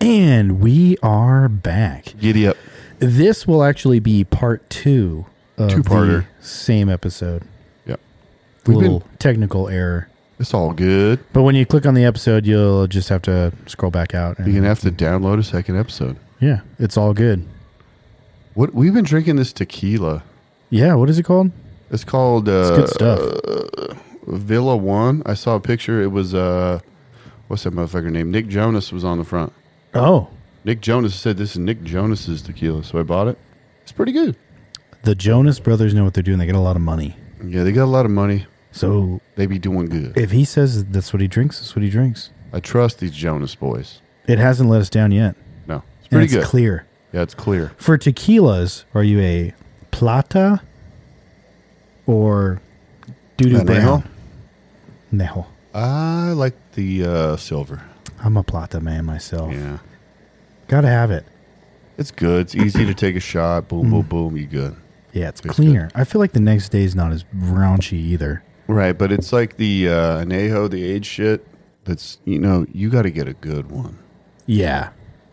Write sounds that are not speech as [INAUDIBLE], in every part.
And we are back. Giddy up. This will actually be part two of Two-parter. the same episode. Yep. We've been- Little technical error. It's all good. But when you click on the episode, you'll just have to scroll back out. And, You're gonna have to download a second episode. yeah, it's all good. What we've been drinking this tequila. Yeah, what is it called? It's called It's uh, good stuff. Villa One. I saw a picture. It was uh, what's that motherfucker name? Nick Jonas was on the front. oh, Nick Jonas said this is Nick Jonas's tequila, so I bought it. It's pretty good. the Jonas Brothers know what they're doing. They get a lot of money. Yeah, they got a lot of money. So They be doing good. if he says that's what he drinks, that's what he drinks. I trust these Jonas boys. It hasn't let us down yet. No, it's And pretty it's good. clear. Yeah, it's clear. For tequilas, are you a plata or doo-doo Añejo? brown? No. I like the uh, silver. I'm a plata man myself. Yeah, Gotta have it. it's good. It's easy to take a shot. Boom, Mm. boom, boom. You good? Yeah, it's Tastes cleaner. I feel like the next day is not as raunchy either. Right, but it's like the uh, anejo, the age shit. That's you know you got to get a good one. Yeah,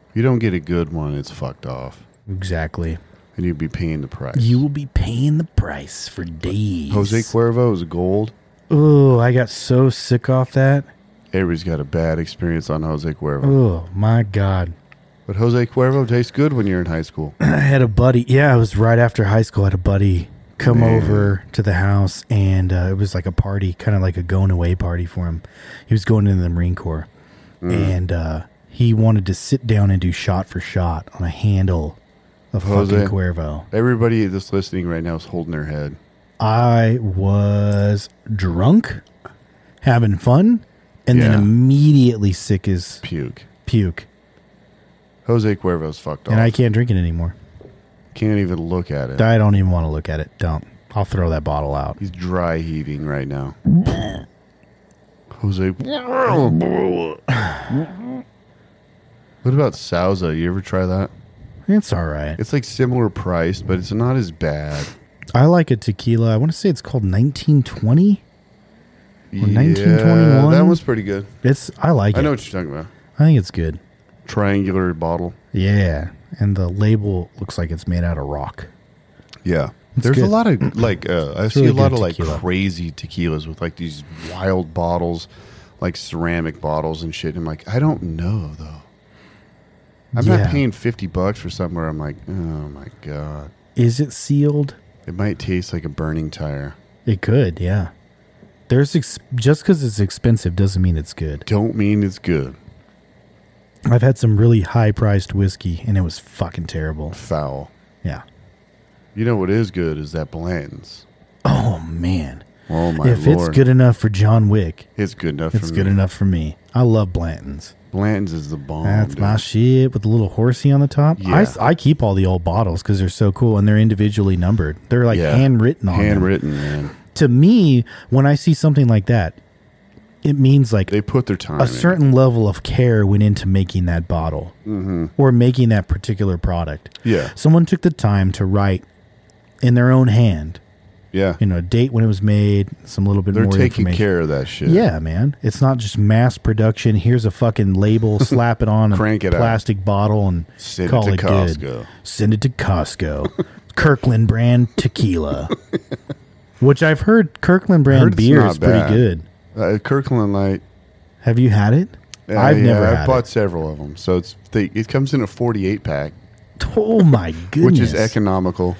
If you don't get a good one, it's fucked off, exactly. and you'd be paying the price. You will be paying the price for days. Jose Cuervo is gold. Oh, I got so sick off that. Avery's got a bad experience on Jose Cuervo, Oh my god. but Jose Cuervo tastes good when you're in [CLEARS THROAT] high school. I had a buddy. Yeah, it was right after high school. I had a buddy come Man. over to the house, and uh, it was like a party, kind of like a going away party for him. He was going into the Marine Corps, Mm. and uh, he wanted to sit down and do shot for shot on a handle of Jose. fucking Cuervo. Everybody that's listening right now is holding their head. I was drunk, having fun, and Yeah. then immediately sick as Puke. puke, Jose Cuervo's fucked off. and I can't drink it anymore. can't even look at it. I don't even want to look at it. Don't. I'll throw that bottle out. He's dry heaving right now. Jose. what about Sauza? You ever try that? It's all right. It's like similar priced, but it's not as bad. I like a tequila. I want to say it's called 1920. Yeah, 1921? That one's pretty good. It's I like it. I I, know what you're talking about. think it's good. Triangular bottle. Yeah, and the label looks like it's made out of rock. Yeah. There's a good. [CLEARS THROAT] lot of like uh, I see really a lot good of like tequila. crazy tequilas with like these wild bottles, like ceramic bottles and shit. And I'm like, I don't know though. I'm Yeah. not paying fifty bucks for something where I'm like, oh my god, Is it sealed? it might taste like a burning tire. It could. Yeah. There's ex- just because it's expensive doesn't mean it's good. Don't mean it's good. I've had some really high priced whiskey and it was fucking terrible. Foul. Yeah. You know what is good is that Blanton's. Oh man. Oh my if lord, it's good enough for John Wick, It's good enough. it's for good me. enough for me. I love Blanton's. Blanton's is the bomb. That's dude. my shit with the little horsey on the top. I, Oh, Yeah. I keep all the old bottles because they're so cool and they're individually numbered. They're like Yeah. handwritten on them. handwritten. Man. To me, when I see something like that, it means like They put their time. a in. certain level of care went into making that bottle Mm-hmm. or making that particular product. Yeah. Someone took the time to write in their own hand, Yeah. you know, a date when it was made, some little bit They're more taking information. care of that shit. Yeah, man. It's not just mass production. Here's a fucking [LAUGHS] label, slap it on Crank a it out. plastic bottle and Send it call to it, good. Costco. Send it to Costco. [LAUGHS] Kirkland brand [LAUGHS] tequila. Which I've heard Kirkland brand Heard it's beer not is pretty bad. good. Uh, Kirkland Light. Have you had it? Uh, I've yeah, never I've had bought it. several of them. So it's they, it comes in a 48 pack, Oh my which goodness. is economical,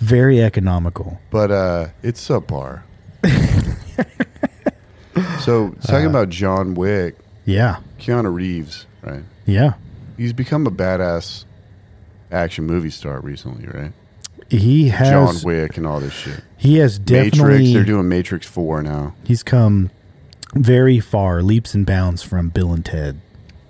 very economical. but uh, it's [LAUGHS] subpar. so talking Uh. about John Wick, Yeah. Keanu Reeves, right? Yeah. He's become a badass action movie star recently, right? He John has Wick and all this shit. he has Matrix, definitely they're doing Matrix 4 now. he's come very far, leaps and bounds from Bill and Ted.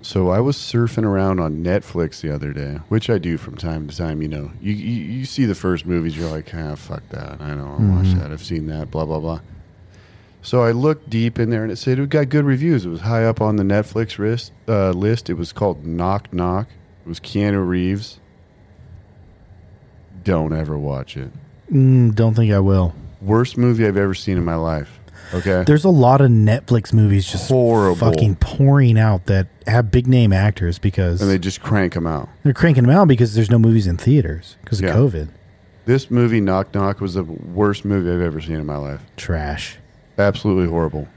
So I was surfing around on Netflix the other day, which I do from time to time. You know, you you, you see the first movies, you're like, ah, fuck that. I don't want to watch that. I've seen that. Blah blah blah. So I looked deep in there, and it said it got good reviews. It was high up on the Netflix list. Uh, list. It was called Knock Knock. It was Keanu Reeves. Don't ever watch it. Mm, don't think I will. Worst movie I've ever seen in my life. Okay. [LAUGHS] There's a lot of Netflix movies just Horrible. fucking pouring out that have big name actors because and they, they just crank them out. are cranking them out because there's no movies in theaters because of Yeah. COVID. This movie, Knock Knock, was the worst movie I've ever seen in my life. Trash. Absolutely horrible.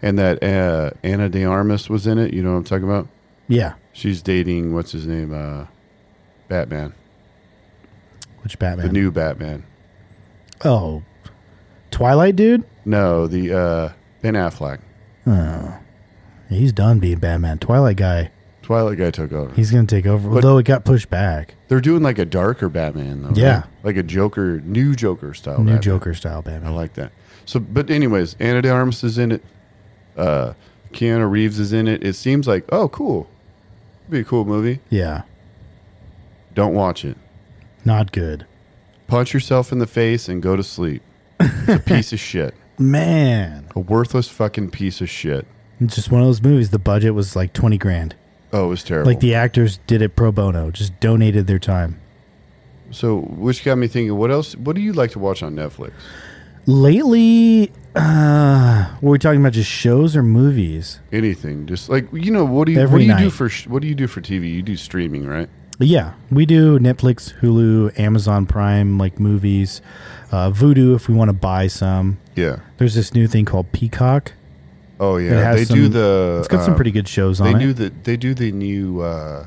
And that uh, Anna De Armas was in it. You know what I'm talking about? Yeah. She's dating what's his name? Uh, Batman, Which the Batman? new Batman. oh, Twilight dude. No, the uh, Ben Affleck. He's done being Batman. Twilight guy. Twilight guy took over. He's gonna take over. Although it got pushed back. They're doing like a darker Batman though. Yeah. right? like a Joker, new Joker style. New Oh, Batman. Joker style Batman. I like that. So, but anyways, Anna De Armas is in it. Uh, Keanu Reeves is in it. It seems like oh, cool. Be a cool movie. Yeah. Don't watch it. Not good. Punch yourself in the face and go to sleep. It's a [LAUGHS] piece of shit. Man. A worthless fucking piece of shit. It's just one of those movies. The budget was like twenty grand. Oh, it was terrible. Like the actors did it pro bono, just donated their time. so, which got me thinking. What else? What do you like to watch on Netflix? Lately, uh, were we talking about just shows or movies? Anything? Just like you know, what do you what Every do you do night. for sh- what do you do for TV? You do streaming, right? Yeah, we do Netflix, Hulu, Amazon Prime, like movies, uh, Voodoo if we want to buy some. Yeah. There's this new thing called Peacock. Oh It yeah. has They some- do the. It's got uh, some pretty good shows They on do it. the they do the new uh,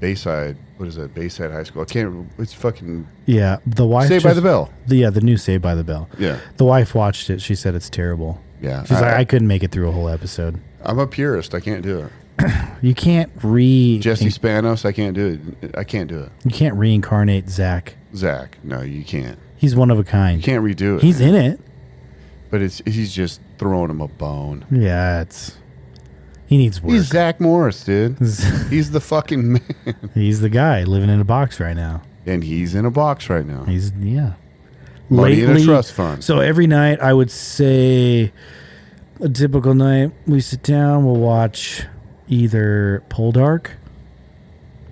Bayside. What is it? Bayside High School. I can't. It's fucking Yeah, the wife. Saved by just- the Bell. the- yeah, the new Saved by the Bell. Yeah. The wife watched it. She said it's terrible. Yeah. She's I, like, I couldn't make it through a whole episode. am a purist. I can't do it. You can't re. Jesse Spanos. I can't do it. I can't do it. You can't reincarnate Zach. Zach. No, you can't. He's one of a kind. You can't redo it. He's in it. but it's he's just throwing him a bone. Yeah, it's he needs work. He's Zach Morris, dude. He's, [LAUGHS] He's the fucking man, the guy living in a box right now. and he's in a box right now. He's yeah. Money in a trust fund. So every night, I would say a typical night, we sit down, we'll watch either Poldark,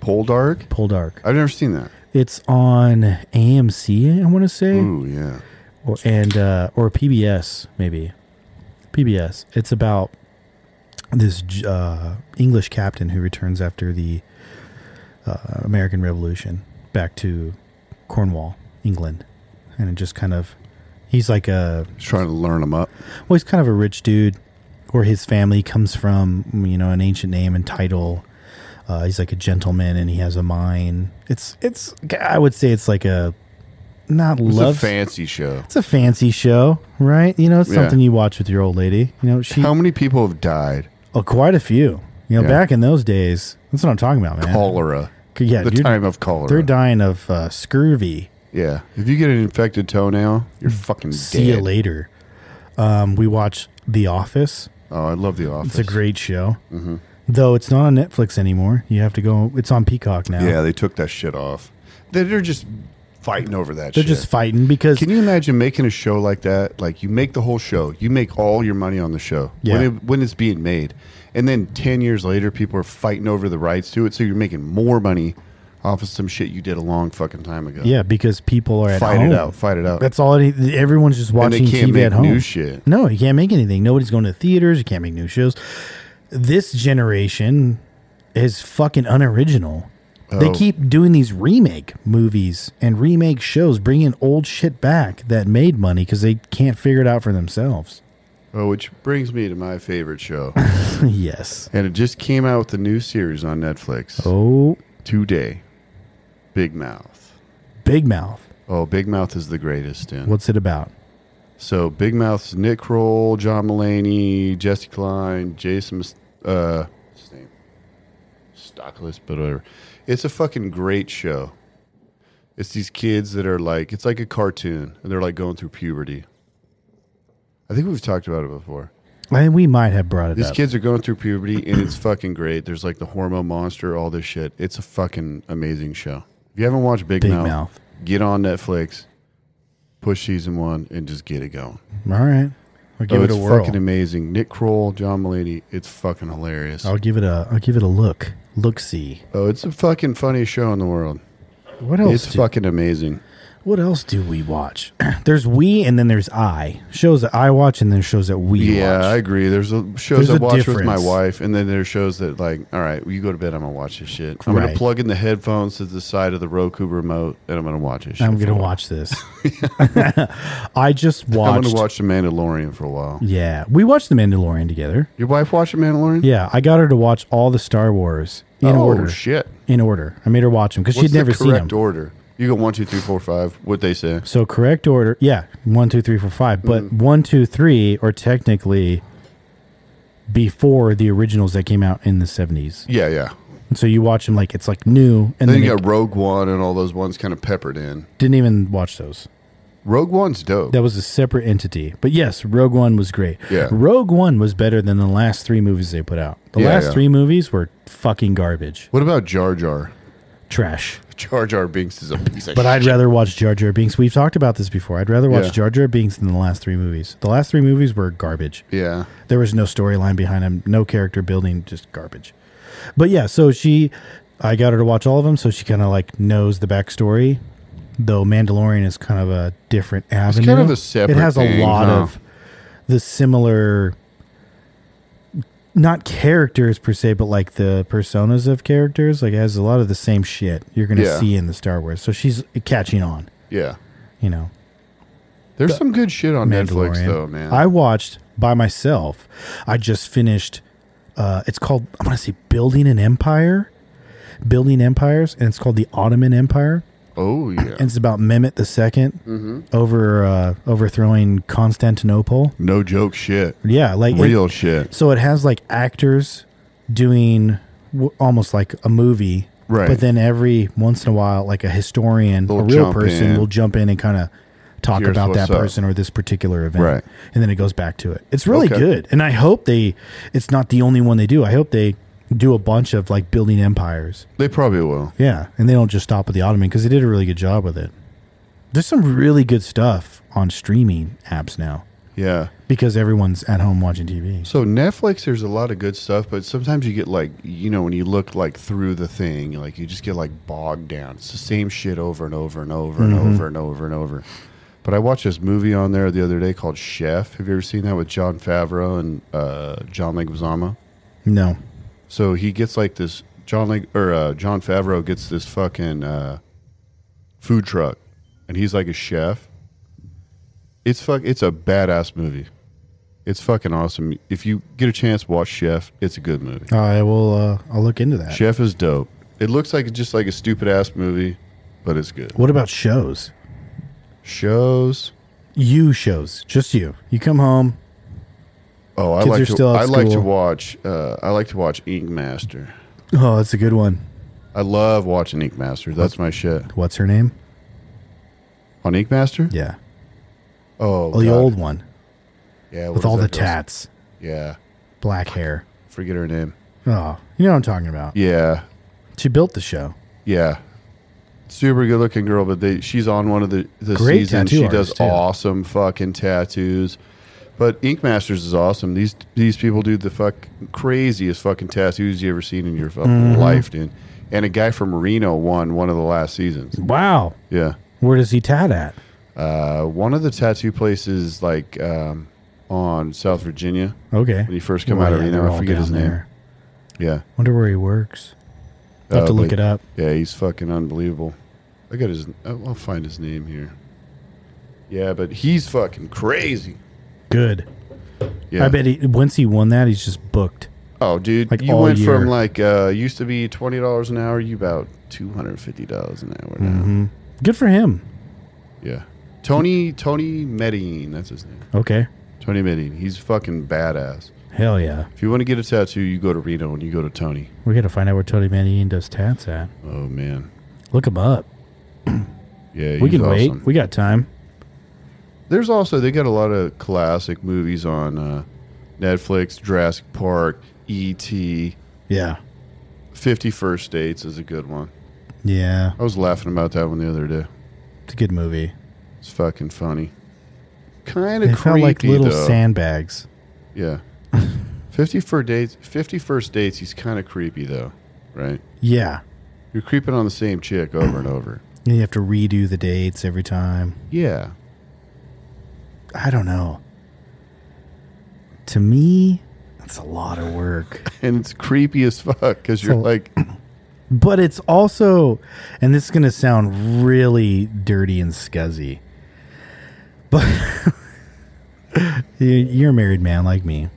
Poldark. Poldark. I've never seen that. It's on AMC, I want to say, Ooh, yeah. or and uh, or PBS maybe. PBS. It's about this j- uh, English captain who returns after the uh, American Revolution back to Cornwall, England, and it just kind of he's like a Just trying to learn him up. well, he's kind of a rich dude, or his family comes from you know an ancient name and title. Uh, he's like a gentleman, and he has a mine. It's it's I would say it's like a not It's love. a fancy show. it's a fancy show, right? You know, it's Yeah. something you watch with your old lady. You know, she How many people have died? oh, quite a few. You know, Yeah. back in those days, that's what I'm talking about, man. Cholera. yeah, the dude, time of cholera. they're dying of uh, scurvy. Yeah. If you get an infected toenail, you're fucking Mm. See dead. you later. Um, we watch The Office. Oh, I love The Office. It's a great show. Mm-hmm. Though it's not on Netflix anymore. You have to go. It's on Peacock now. yeah, they took that shit off. They're, they're just fighting over that They're shit. just fighting because Can you imagine making a show like that? Like you make the whole show, you make all your money on the show when, Yeah. it, when it's being made, and then ten years later, people are fighting over the rights to it. So you're making more money off of some shit you did a long fucking time ago. yeah, because people are at fight home. it out, fight it out. That's all. It, everyone's just and they watching can't TV make at home. new shit. No, you can't make anything. Nobody's going to theaters. You can't make new shows. This generation is fucking unoriginal. They Oh. keep doing these remake movies and remake shows, bringing old shit back that made money because they can't figure it out for themselves. [LAUGHS] Oh, which brings me to my favorite show, yes. and it just came out with a new series on Netflix Oh, today. Big Mouth. Big Mouth. Oh, Big Mouth is the greatest. Dude. What's it about? So Big Mouth's Nick Kroll, John Mulaney, Jesse Klein, Jason, Mus- uh, what's his name? Stockless, but whatever. It's a fucking great show. It's these kids that are like, it's like a cartoon, and they're like going through puberty. I think we've talked about it before. I think we might have brought it These up. kids are going through puberty, and it's fucking great. There's like the hormone monster, all this shit. It's a fucking amazing show. If you haven't watched Big, Big Mouth, Mouth. get on Netflix, push season one, and just get it going. All right. I'll give Oh, it it's a whirl. fucking amazing. Nick Kroll, John Mulaney. It's fucking hilarious. I'll give it a I'll give it a look. Look see. Oh, it's the fucking funniest show in the world. What else? it's do- fucking amazing. What else do we watch? [CLEARS THROAT] there's we and then there's I. Shows that I watch and then shows that we Yeah, I watch. agree. There's a, There's shows I a watch with my difference. wife, and then there's shows that like, all right, well, you go to bed. I'm gonna watch this shit. I'm Right. gonna plug in the headphones to the side of the Roku remote, and I'm gonna watch this. Shit I'm for going to a while. watch this. [LAUGHS] I just I'm watched. gonna watch The Mandalorian for a while. Yeah. We watched The Mandalorian together. Your wife watched The Mandalorian? Yeah. I got her to watch all the Star Wars in oh, order. shit. in order. I made her watch them because What's she'd never the seen them. correct order? You go one, two, three, four, five. What they say? So correct order, yeah, one, two, three, four, five. But Mm. one, two, three are technically before the originals that came out in the seventies. Yeah, yeah. So you watch them like it's like new, and Then, then, you you got Rogue One and all those ones kind of peppered in. didn't even watch those. Rogue One's dope. That was a separate entity. But yes, Rogue One was great. Yeah. Rogue One was better than the last three movies they put out. The Yeah, last yeah. three movies were fucking garbage, What about Jar Jar? trash. [LAUGHS] Jar Jar Binks is a piece of But I'd shit. rather watch Jar Jar Binks. We've talked about this before. I'd rather watch Yeah. Jar Jar Binks than the last three movies. The last three movies were garbage. Yeah. There was no storyline behind him, no character building, just garbage. But yeah, so she, I got her to watch all of them, so she kind of like knows the backstory. Though Mandalorian is kind of a different avenue. kind of a separate It has thing, a lot huh? of the similar, not characters per se, but like the personas of characters. Like it has a lot of the same shit you're gonna Yeah. see in the Star Wars. So she's catching on, Yeah. you know. There's some good shit on Netflix Mandalorian. though, man. I watched by myself. I just finished. Uh, it's called. I want to say building an empire, building empires, and it's called the Ottoman Empire. oh yeah. [CLEARS THROAT] And it's about Mehmet II Mm-hmm. over uh, overthrowing Constantinople. no joke shit. Yeah, like it- Real shit. so it has like actors doing w- almost like a movie, Right. But then every once in a while, like a historian, They'll a real jump person in. will jump in and kind of talk Here's about that what's up. person or this particular event, Right. And then it goes back to it. It's really Okay. good, and I hope they. It's not the only one they do. I hope they do a bunch of like building empires. They probably will. Yeah, and they don't just stop with the Ottoman because they did a really good job with it. There's some really good stuff on streaming apps now Yeah. because everyone's at home watching TV. So Netflix, there's a lot of good stuff, but sometimes you get like, you know, when you look like through the thing, like you just get like bogged down. It's the same shit over and over and over Mm-hmm. and over and over and over. But I watched this movie on there the other day called Chef. Have you ever seen that with John Favreau and uh, John Leguizamo? No, So he gets like this John Leg- or uh, John Favreau gets this fucking uh, food truck, and he's like a chef. It's fuck. It's a badass movie. It's fucking awesome. If you get a chance, watch Chef. It's a good movie. I will. Uh, I'll look into that. Chef is dope. It looks like just like a stupid ass movie, but it's good. What about shows? Shows. You shows, just you. You come home. Oh, I Kids are like to. still at I like to school. watch. Uh, I like to watch Ink Master. Oh, that's a good one. I love watching Ink Master. That's my shit. What's her name? On Ink Master. Yeah, Oh, well, the God. old one Yeah, what with is all the that girl's- tats, Yeah. black hair. Forget her name. Oh, you know what I'm talking about. Yeah. She built the show. Yeah. Super good looking girl, but they, she's on one of the, the Great seasons. tattoo She does artist, too. awesome fucking tattoos. But Ink Masters is awesome. These these people do the fuck craziest fucking tattoos you ever seen in your fucking Mm-hmm. life, dude. And a guy from Reno won one of the last seasons. Wow, Yeah. where does he tat at? Uh, one of the tattoo places like um, on South Virginia. Okay, When you first come out of Reno, they're I all forget his down name. there. Yeah. Wonder where he works. I'll have to Uh, look it but- up. Yeah, he's fucking unbelievable. I got his. I'll find his name here. Yeah, but he's fucking crazy. Good. Yeah. I bet he, once he won that, he's just booked. Oh, dude, like you all went year. from like uh used to be twenty dollars an hour. You about two hundred fifty dollars an hour now. Mm-hmm. Good for him. Yeah. Tony Tony Medine, that's his name. Okay. Tony Medine. He's fucking badass. Hell yeah. If you want to get a tattoo, you go to Reno and you go to Tony. We got to find out where Tony Manning does tats at. Oh man. Look him up. Yeah, we he's can awesome. wait. We got time. There's also they got a lot of classic movies on uh, Netflix, Jurassic Park, E E.T. Yeah. Fifty First Dates is a good one. Yeah. I was laughing about that one the other day. It's a good movie. It's fucking funny. Kind They of felt creepy like little though. sandbags. Yeah. Fifty First Dates. Fifty First Dates. He's kind of creepy though, right? Yeah. You're creeping on the same chick over and over. And you have to redo the dates every time. Yeah. I don't know. To me, that's a lot of work. And it's creepy as fuck because you're So- like, But it's also, and this is going to sound really dirty and scuzzy, but [LAUGHS] you- you're a married man like me.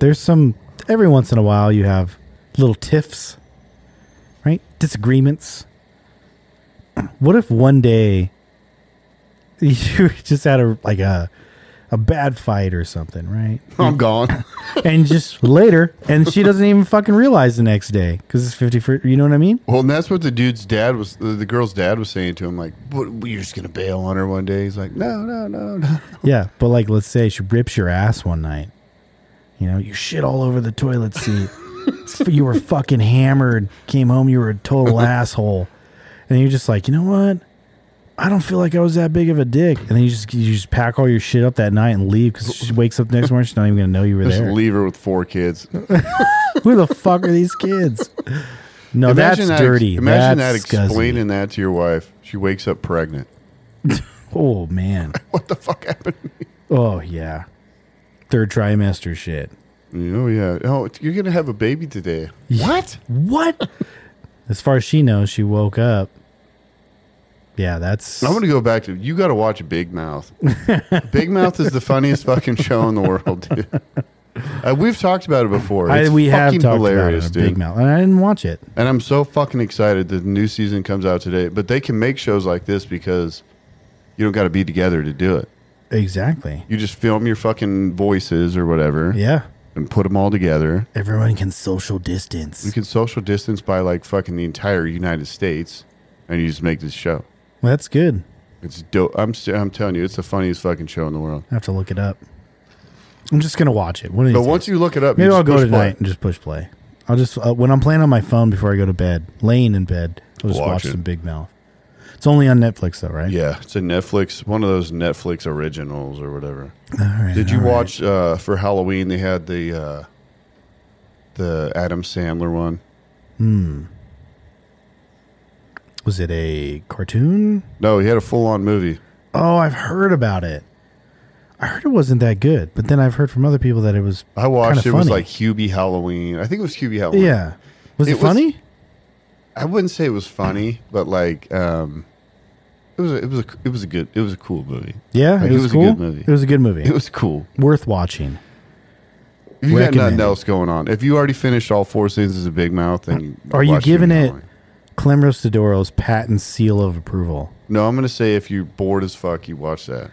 There's some, every once in a while, you have little tiffs, right? Disagreements. [CLEARS THROAT] What if one day [LAUGHS] you just had a, like a, a bad fight or something, right? [LAUGHS] I'm gone. and just later, and she doesn't even fucking realize the next day because it's fifty for you know what I mean. Well, and that's what the dude's dad was, the, the girl's dad was saying to him, like, what, you're just going to bail on her one day. He's like, no, no, no, no. Yeah, but like, let's say she rips your ass one night. You know, you shit all over the toilet seat. [LAUGHS] you were fucking hammered. Came home, you were a [LAUGHS] total asshole, and you're just like, you know what? I don't feel like I was that big of a dick. And then you just you just pack all your shit up that night and leave because she wakes up next morning, she's not even gonna know you were Just there. leave her with four kids. Who the fuck are these kids? No, Oh, that's that, dirty. Imagine that's that scuzzy. explaining that to your wife. She wakes up pregnant. [LAUGHS] Oh man. What the fuck happened? Oh yeah, third trimester shit. Oh yeah. Oh, you're gonna have a baby today. What? What? as far as she knows, she woke up. Yeah, that's. I'm gonna go back to you. Got to watch [LAUGHS] Big Mouth. Big Mouth is the funniest fucking show in the world, dude. Uh, we've talked about it before. I, It's we have fucking talked hilarious, about it, Big dude. Mouth, and I didn't watch it. And I'm so fucking excited that the new season comes out today. But they can make shows like this because you don't got to be together to do it. Exactly. You just film your fucking voices or whatever, Yeah, and put them all together. everyone can social You distance. can social distance by like fucking the entire United States, and you just make this show. Well, that's good. It's dope. I'm st- I'm telling you, it's the funniest fucking show in the world. I have to look it up. I'm just gonna watch it. One of But these once days. you look it up, maybe you I'll just go push tonight play. and just push play. I'll just uh, when I'm playing on my phone before I go to bed, laying in bed, I'll just Watch watch, it. some Big Mouth. It's only on Netflix though, right? Yeah, it's a Netflix, one of those Netflix originals or whatever. All right, Did you all right. watch uh, for Halloween? They had the uh, the Adam Sandler one. Was it a cartoon? No, he had a full on movie. Oh, I've heard about it. I heard it wasn't that good, but then I've heard from other people that it was. I watched. kinda It was funny. like Hubie Halloween. I think it was Hubie Halloween. yeah. Was it, It was- funny? I wouldn't say it was funny, but like um, it was. A, it was. A, it was a good. It was a cool movie. yeah, Like, it, was cool. a good movie. It was a good movie. It was cool. worth watching. If you got nothing Recommended. else going on, if you already finished all four seasons of Big Mouth, then you Are you watch giving Big it Mouth. Clem Rostodoro's patent seal of approval? No, I'm gonna say if you're bored as fuck, you watch that.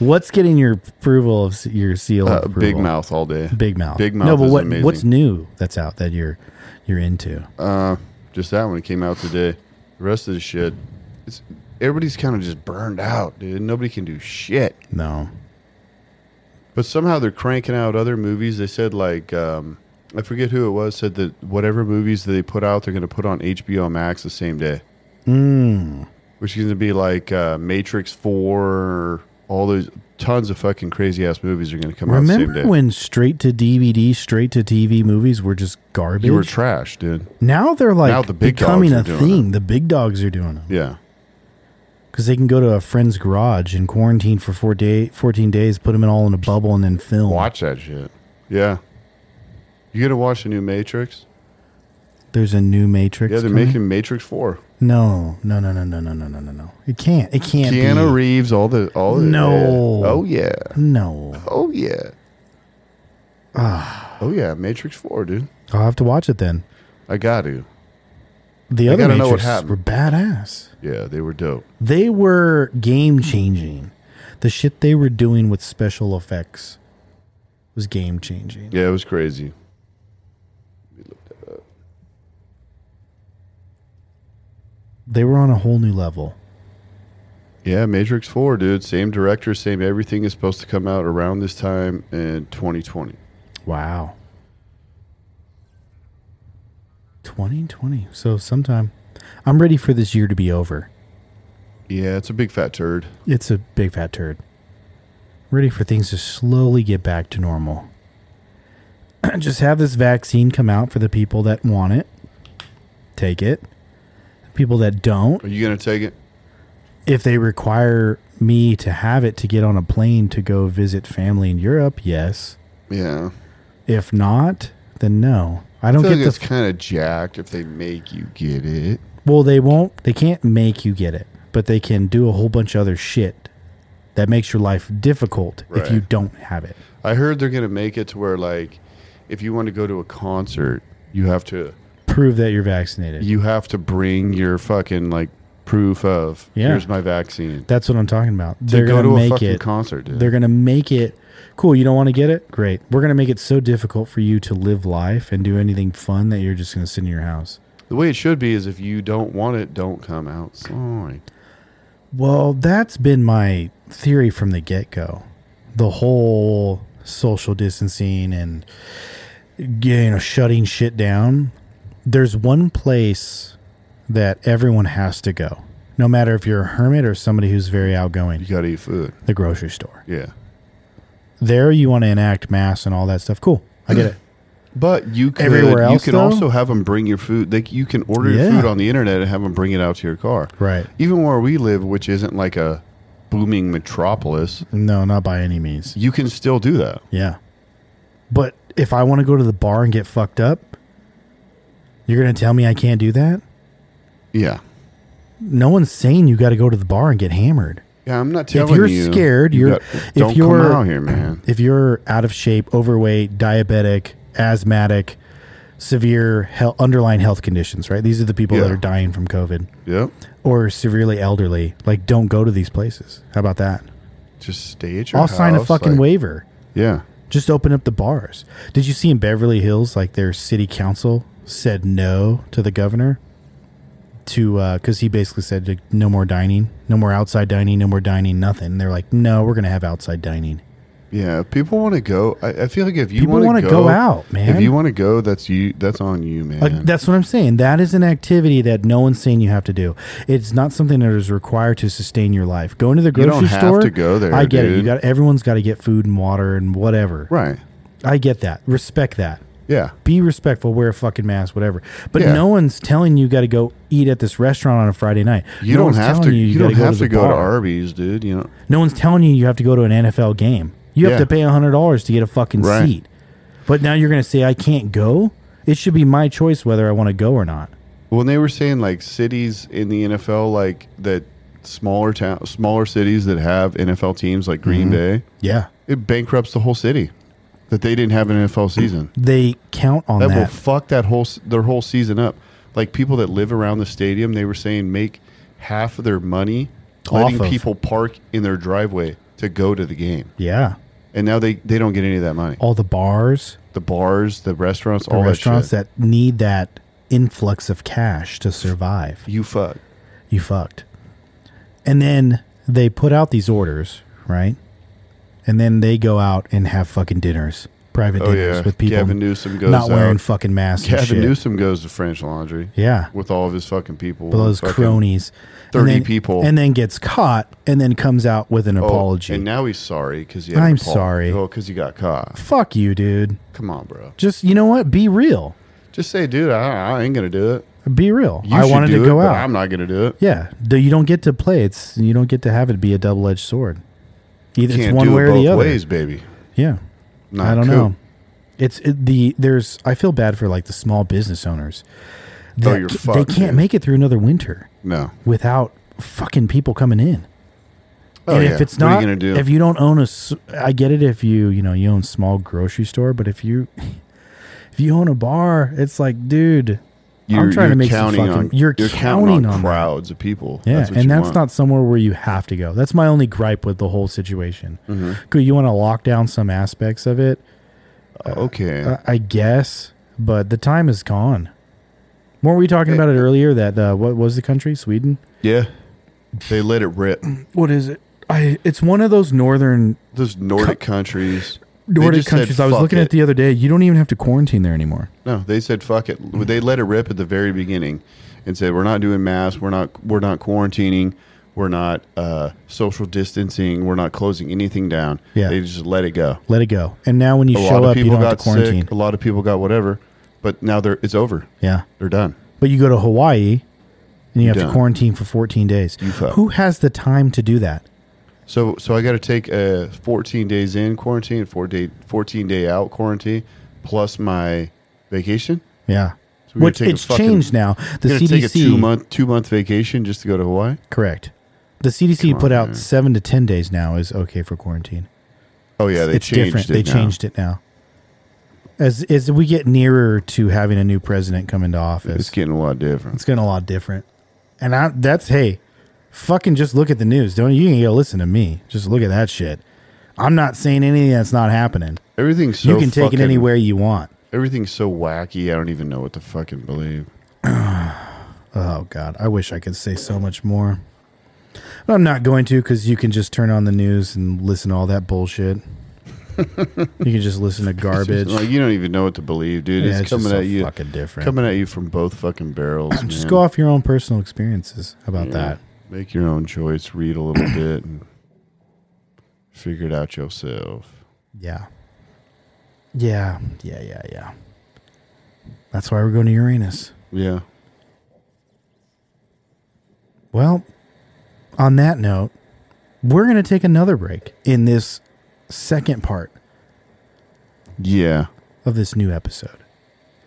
What's getting your approval of s- your seal of Uh, approval? Big Mouth all day. Big mouth. Big Mouth. No, but is what amazing. what's new that's out that you're you're into? uh, just that one? It came out today. The rest of the shit, it's everybody's kind of just burned out, dude. Nobody can do shit. no. But somehow they're cranking out other movies. They said like um, I forget who it was said that whatever movies they put out, they're gonna put on HBO Max the same day. Mm. which is going to be like uh, Matrix Four, all those tons of fucking crazy ass movies are going to come out the same Remember day. when straight to DVD, straight to TV movies were just garbage? you were trash, dude. Now they're like Now the big becoming a dogs are doing thing. The big dogs are doing them Yeah, because they can go to a friend's garage and quarantine for four day, 14 days, put them in all in a bubble, and then film. watch that shit. Yeah, you gonna watch the new Matrix? There's a new Matrix. Yeah, they're coming. making Matrix Four. no, no, no, no, no, no, no, no, no, no. It can't. It can't. Keanu be. Reeves, all the all the No. yeah. Oh yeah, no. oh yeah, Ah. oh yeah, Matrix Four, dude. I'll have to watch it then. I got to. The I other gotta know what Matrix happened. were badass. Yeah, they were dope. They were game changing. The shit they were doing with special effects was game changing. Yeah, it was crazy. They were on a whole new level. Yeah, Matrix 4, dude. Same director, same everything is supposed to come out around this time in 2020. Wow. 2020. So sometime. I'm ready for this year to be over. Yeah, it's a big fat turd. It's a big fat turd. Ready for things to slowly get back to normal. [CLEARS THROAT] Just have this vaccine come out for the people that want it. Take it. People that don't, Are you going to take it? if they require me to have it to get on a plane to go visit family in Europe, yes. Yeah. If not, then no. I don't I feel get like the it's kind of jacked if they make you get it. Well, they won't. They can't make you get it, but they can do a whole bunch of other shit that makes your life difficult if you Right. don't have it. I heard they're going to make it to where, like, if you want to go to a concert, you have to Prove that you're vaccinated. you have to bring your fucking like proof of Yeah. here's my vaccine. That's what I'm talking about. To They're go gonna to a make fucking it. concert, dude. They're gonna make it. Cool. You don't want to get it? Great. We're gonna make it so difficult for you to live life and do anything fun that you're just gonna sit in your house. the way it should be is if you don't want it, don't come outside. Well, that's been my theory from the get go. The whole social distancing and you know shutting shit down. There's one place that everyone has to go, no matter if you're a hermit or somebody who's very You outgoing. got to eat food. The grocery store. Yeah. There, you want to enact mass and all that stuff. Cool, I get it. [CLEARS THROAT] But you could, Everywhere you else, can though? also have them bring your food. Like you can order Yeah. your food on the internet and have them bring it out to your car. Right? Even where we live, which isn't like a booming metropolis, No, not by any means. you can still do that. Yeah, but if I want to go to the bar and get fucked up, you're gonna tell me I can't do that? Yeah. no one's saying you got to go to the bar and get hammered. Yeah, I'm not telling you're you. scared, you you're- got- if don't you're- come out here, man. If you're out of shape, overweight, diabetic, asthmatic, severe health, underlying health conditions, right? These are the people that Yeah. are dying from COVID Yep. or severely elderly. Like, don't go to these places. How about that? Just stay at your I'll sign a house, fucking like- waiver. Yeah. Just open up the bars. Did you see in Beverly Hills, like their city council said no to the governor? To because he basically said like, no more dining, no more outside dining, no more dining, nothing. And they're like, no, we're gonna have outside dining. Yeah, if people want to go. I, I feel like if you People want wanna to go out, man. If you want to go, that's you. That's on you, man. Like Uh, that's what I'm saying. That is an activity that no one's saying you have to do. It's not something that is required to sustain your life. Going to the You grocery don't have store, to go there, I get it. You dude. got everyone's got to get food and water and whatever. right. I get that. Respect that. Yeah. be respectful, wear a fucking mask, whatever. But Yeah. no one's telling you got to go eat at this restaurant on a Friday night. You no don't one's have telling to. You, gotta don't have to the go to bar. Arby's, dude. You know. No one's telling you you have to go to an NFL game. You have Yeah. to pay hundred dollars to get a fucking Right. seat. But now you're gonna say I can't go. It should be my choice whether I want to go or not. When they were saying like cities in the NFL, like that smaller town, smaller cities that have NFL teams, like Green Mm-hmm. Bay, Yeah, it bankrupts the whole city that they didn't have an NFL season. they count on that, that. will fuck that whole s- their whole season up. Like people that live around the stadium, they were saying make half of their money Off letting of. people park in their driveway to go to the game, yeah, and now they they don't get any of that money. all the bars, The bars, the restaurants, the all restaurants that that need that influx of cash to survive. shit. you fuck. you fucked. And then they put out these orders, right? And then they go out and have fucking dinners, private Oh dinners yeah, with people Gavin Newsom goes not wearing out. fucking masks. and Gavin shit. Newsom goes to French Laundry yeah, with all of his fucking people. with those fucking- cronies, And 30 then- people. and then gets caught, and then comes out with an Oh, apology. and now he's sorry because he. Had I'm an apo- sorry. Oh, because he got caught. Fuck you, dude. Come on, bro. Just you know what? Be real. Just say, dude, I, I ain't gonna do it. Be real. You I should wanted do to it, go but out. I'm not gonna do it. yeah, though you don't get to play. It's you don't get to have it be a double edged sword. Either it's Can't one do way it or both the other. ways, baby. Yeah. Not I don't cool. know. It's it, the there's I feel bad for like the small business owners. That Oh, you're ca- fucked, they can't dude. make it through another winter No. without fucking people coming in. Oh, and yeah. if it's What are not you gonna do? if you don't own a s- I get it if you, you know, you own small grocery store, but if you [LAUGHS] if you own a bar, it's like, dude, I'm trying to make some counting fucking on you're, counting on, that. crowds of people. Yeah, what and you that's want. not somewhere where you have to go. That's my only gripe with the whole situation. Mm-hmm. Good, you want to lock down some aspects of it. Uh, okay. I- I guess, but the time is gone. Weren't we talking about it earlier? That uh, what was the country? Sweden. yeah, they let it rip. What is it? I. It's one of those northern Those Nordic countries. they Nordic just said, countries. I was "Fuck looking it." at the other day. You don't even have to quarantine there anymore. No, they said fuck it. They let it rip at the very beginning, and said we're not doing masks. We're not. We're not quarantining. We're not uh, social distancing. We're not closing anything down. Yeah. they just let it go. Let it go. And now when you A lot show of up, you people don't have to got quarantine. sick. A lot of people got whatever. But now they're it's over. Yeah, They're done. but you go to Hawaii, and you have to done. quarantine for 14 days. You fuck. Who has the time to do that? So so I got to take a 14 days in quarantine, four day 14 day out quarantine, plus my vacation. Yeah, So we're which gonna take a it's fucking- changed now. The Gonna CDC take a two month two month vacation just to go to Hawaii. correct. The CDC Come on, put out man. seven to 10 days now is okay for quarantine. Oh yeah, they it's changed different. it. they now. changed it now. As as we get nearer to having a new president come into It's office, getting a lot different. it's getting a lot different. And I, that's hey, fucking just look at the news. Don't you ain't gotta listen to me. Just look at that shit. I'm not saying anything that's not happening. Everything's so you can take fucking- it anywhere you want. Everything's so wacky. I don't even know what to fucking believe. Oh God, I wish I could say so much more. But I'm not going to because you can just turn on the news and listen to all that bullshit. you can just listen to [LAUGHS] It's just garbage. Like you don't even know what to believe, dude. Yeah, it's, it's just coming so at you, fucking different. coming at you from both fucking [CLEARS THROAT] barrels. just man. go off your own personal experiences. How about Yeah. that? Make your own choice. Read a little bit and figure it out yourself. Yeah. Yeah. Yeah. Yeah. Yeah. That's why we're going to Uranus. Yeah. Well, on that note, we're going to take another break in this second part Yeah. of this new episode.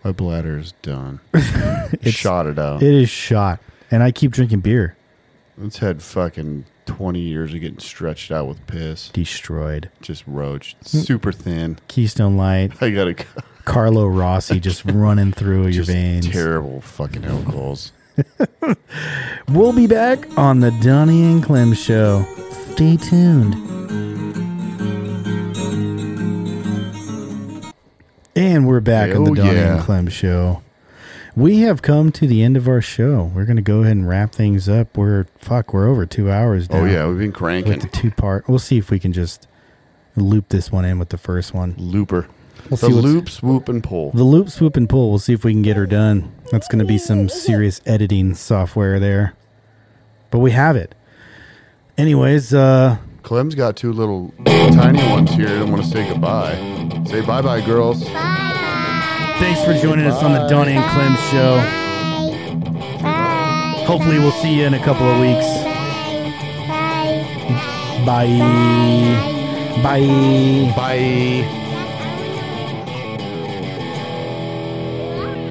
My bladder is done. [LAUGHS] It's- Shot it out. It is shot, and I keep drinking beer. It's had fucking 20 years of getting stretched out with piss. Destroyed. Just roached. Hmm. Super thin. [LAUGHS] Keystone Light, I gotta go. Carlo Rossi [LAUGHS] just running through your Just veins. terrible fucking alcohols. We'll be back on the Donnie and Clem show. Stay tuned. And we're back on the Oh, Donnie yeah. and Clem show. We have come to the end of our show. We're going to go ahead and wrap things up. We're fuck, we're over 2 hours now. Oh, yeah. We've been With cranking. the two part. We'll see if we can just loop this one in with the first one. Looper. We'll the see what's- loop, swoop, and pull. The loop, swoop, and pull. We'll see if we can get her done. That's going to be some serious editing software there. But we have it. Anyways, uh, Clem's got two little [COUGHS] tiny ones here. I don't want to say goodbye. Say bye bye, girls. thanks for joining us on the Donnie and Clem show. Hopefully, we'll see you in a couple of weeks. Bye. Bye. Bye.